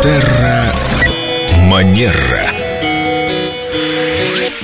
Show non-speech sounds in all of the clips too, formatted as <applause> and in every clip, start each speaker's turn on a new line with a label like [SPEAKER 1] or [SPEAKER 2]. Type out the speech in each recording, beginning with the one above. [SPEAKER 1] Терра Манера.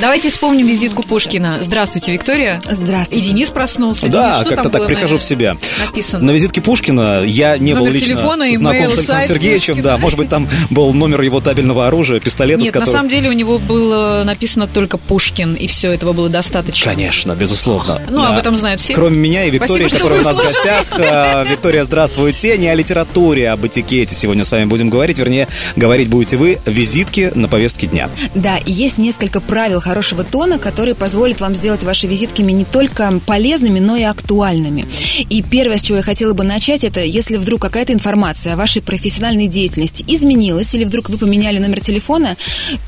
[SPEAKER 2] Давайте вспомним визитку Пушкина. Здравствуйте, Виктория. И
[SPEAKER 3] Здравствуйте.
[SPEAKER 2] Денис проснулся. Денис,
[SPEAKER 4] Да,
[SPEAKER 2] что
[SPEAKER 4] как-то
[SPEAKER 2] там
[SPEAKER 4] так
[SPEAKER 2] было
[SPEAKER 4] прихожу
[SPEAKER 2] на-
[SPEAKER 4] в себя.
[SPEAKER 2] Написано.
[SPEAKER 4] На визитке Пушкина я не
[SPEAKER 3] Номер
[SPEAKER 4] был лично
[SPEAKER 3] телефона, имейл,
[SPEAKER 4] знаком с
[SPEAKER 3] сайт
[SPEAKER 4] Александром Сергеевичем.
[SPEAKER 3] Пушкина.
[SPEAKER 4] Да, может быть, там был номер его табельного оружия, пистолета,
[SPEAKER 2] Нет,
[SPEAKER 4] с которым...
[SPEAKER 2] на самом деле у него было написано только Пушкин, и все, этого было достаточно.
[SPEAKER 4] Конечно, безусловно.
[SPEAKER 2] Ну,
[SPEAKER 4] Да.
[SPEAKER 2] об этом знают все.
[SPEAKER 4] Кроме меня и Виктории,
[SPEAKER 2] Спасибо, что
[SPEAKER 4] которая у нас в
[SPEAKER 2] выслушали.
[SPEAKER 4] гостях.
[SPEAKER 2] <laughs>
[SPEAKER 4] Э, Виктория, здравствуйте. Не о литературе, а об этикете сегодня с вами будем говорить. Вернее, говорить будете вы. Визитки на повестке дня.
[SPEAKER 3] Да, и есть несколько правил хорошего тона, которые позволят вам сделать ваши визитками не только полезными, но и актуальными. И первое, с чего я хотела бы начать, это если вдруг какая-то информация о вашей профессиональной деятельности изменилась, или вдруг вы поменяли номер телефона,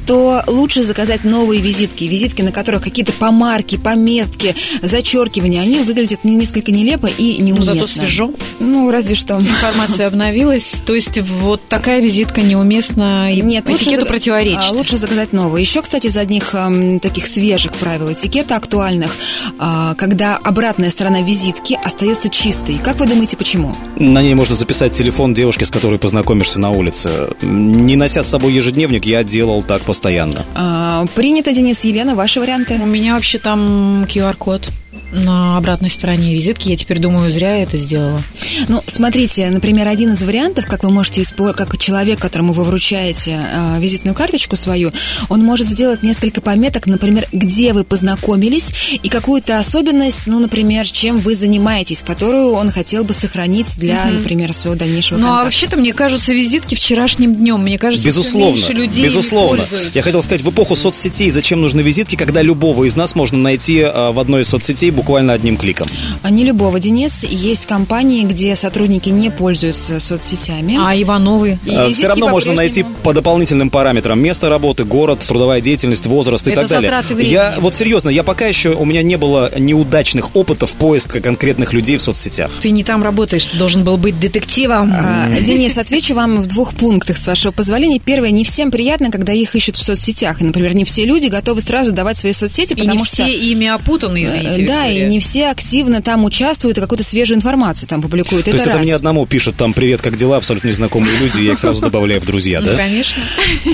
[SPEAKER 3] то лучше заказать новые визитки. Визитки, на которых какие-то помарки, пометки, зачеркивания, они выглядят ну, несколько нелепо и
[SPEAKER 2] Ну,
[SPEAKER 3] неуместно.
[SPEAKER 2] зато свежо.
[SPEAKER 3] Ну, разве что.
[SPEAKER 2] Информация обновилась. То есть вот такая визитка неуместна и
[SPEAKER 3] Нет, лучше
[SPEAKER 2] этикету
[SPEAKER 3] заг-
[SPEAKER 2] противоречит.
[SPEAKER 3] а, лучше заказать новые. Еще, кстати, из одних эм, таких свежих правил этикета актуальных, а, когда обратная сторона визитки остается чистой. Как вы думаете, почему?
[SPEAKER 4] На ней можно записать телефон девушки, с которой познакомишься на улице. Не нося с собой ежедневник, я делал так постоянно.
[SPEAKER 3] А, принято, Денис, Елена, ваши варианты?
[SPEAKER 2] У меня вообще там QR-код на обратной стороне визитки. Я теперь думаю, зря я это сделала.
[SPEAKER 3] Ну, смотрите, например, один из вариантов, как вы можете использовать, как человек, которому вы вручаете э, визитную карточку свою, он может сделать несколько пометок, например, где вы познакомились и какую-то особенность, ну, например, чем вы занимаетесь, которую он хотел бы сохранить для, например, своего дальнейшего
[SPEAKER 2] Ну, а
[SPEAKER 3] контакта.
[SPEAKER 2] вообще-то, мне кажется, визитки вчерашним днем. Мне кажется, всё
[SPEAKER 4] Безусловно,
[SPEAKER 2] меньше людей ими
[SPEAKER 4] безусловно.
[SPEAKER 2] пользуются.
[SPEAKER 4] Я хотел сказать, в эпоху соцсетей зачем нужны визитки, когда любого из нас можно найти э, в одной из соцсетей буквально одним кликом.
[SPEAKER 3] А Не любого, Денис. Есть компании, где сотрудники не пользуются соцсетями.
[SPEAKER 2] А Ивановы?
[SPEAKER 3] И
[SPEAKER 4] Э,
[SPEAKER 3] визитки
[SPEAKER 4] Все равно можно найти
[SPEAKER 3] по-прежнему.
[SPEAKER 4] по дополнительным параметрам место работы, город, трудовая деятельность, возраст и
[SPEAKER 2] Это
[SPEAKER 4] так далее.
[SPEAKER 2] затраты времени.
[SPEAKER 4] Я вот серьезно, я пока еще у меня не было неудачных опытов поиска конкретных людей в соцсетях.
[SPEAKER 2] Ты не там работаешь, ты должен был быть детективом.
[SPEAKER 3] А, Денис, отвечу вам в двух пунктах, с вашего позволения. Первое, не всем приятно, когда их ищут в соцсетях. И, например, не все люди готовы сразу давать свои соцсети,
[SPEAKER 2] И не
[SPEAKER 3] потому
[SPEAKER 2] все
[SPEAKER 3] что...
[SPEAKER 2] ими опутаны, извините.
[SPEAKER 3] Э, Да, и
[SPEAKER 2] Виктория.
[SPEAKER 3] не все активно там участвуют и какую-то свежую информацию там публикуют.
[SPEAKER 4] То есть это
[SPEAKER 3] раз.
[SPEAKER 4] мне одному пишут там «Привет, как дела?» абсолютно незнакомые люди, и я их сразу добавляю в друзья,
[SPEAKER 2] Ну,
[SPEAKER 4] да?
[SPEAKER 2] конечно.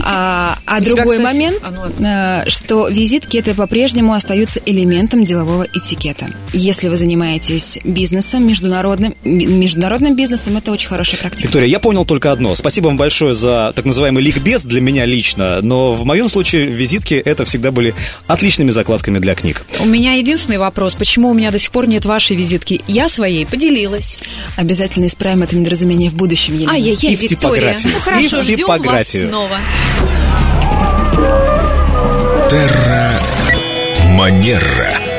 [SPEAKER 3] А, а
[SPEAKER 2] У тебя,
[SPEAKER 3] другой
[SPEAKER 2] кстати,
[SPEAKER 3] момент,
[SPEAKER 2] а, ну
[SPEAKER 3] э, что визитки это по-прежнему остаются элементом делового этикета. Если вы занимаетесь бизнесом, международным, ми- международным бизнесом, это очень хорошая практика.
[SPEAKER 4] Виктория, я понял только одно. Спасибо вам большое за так называемый ликбез для меня лично, но в моем случае визитки это всегда были отличными закладками для книг.
[SPEAKER 2] У меня единственный вопрос. Почему у меня до сих пор нет вашей визитки? Я своей поделилась.
[SPEAKER 3] Обязательно исправим это недоразумение в будущем, Елена.
[SPEAKER 2] Ай-яй-яй,
[SPEAKER 4] И в
[SPEAKER 2] Виктория.
[SPEAKER 4] типографию.
[SPEAKER 2] Ну, хорошо,
[SPEAKER 4] И в
[SPEAKER 2] ждем вас
[SPEAKER 4] типографию.
[SPEAKER 2] снова.
[SPEAKER 1] Терра Манера.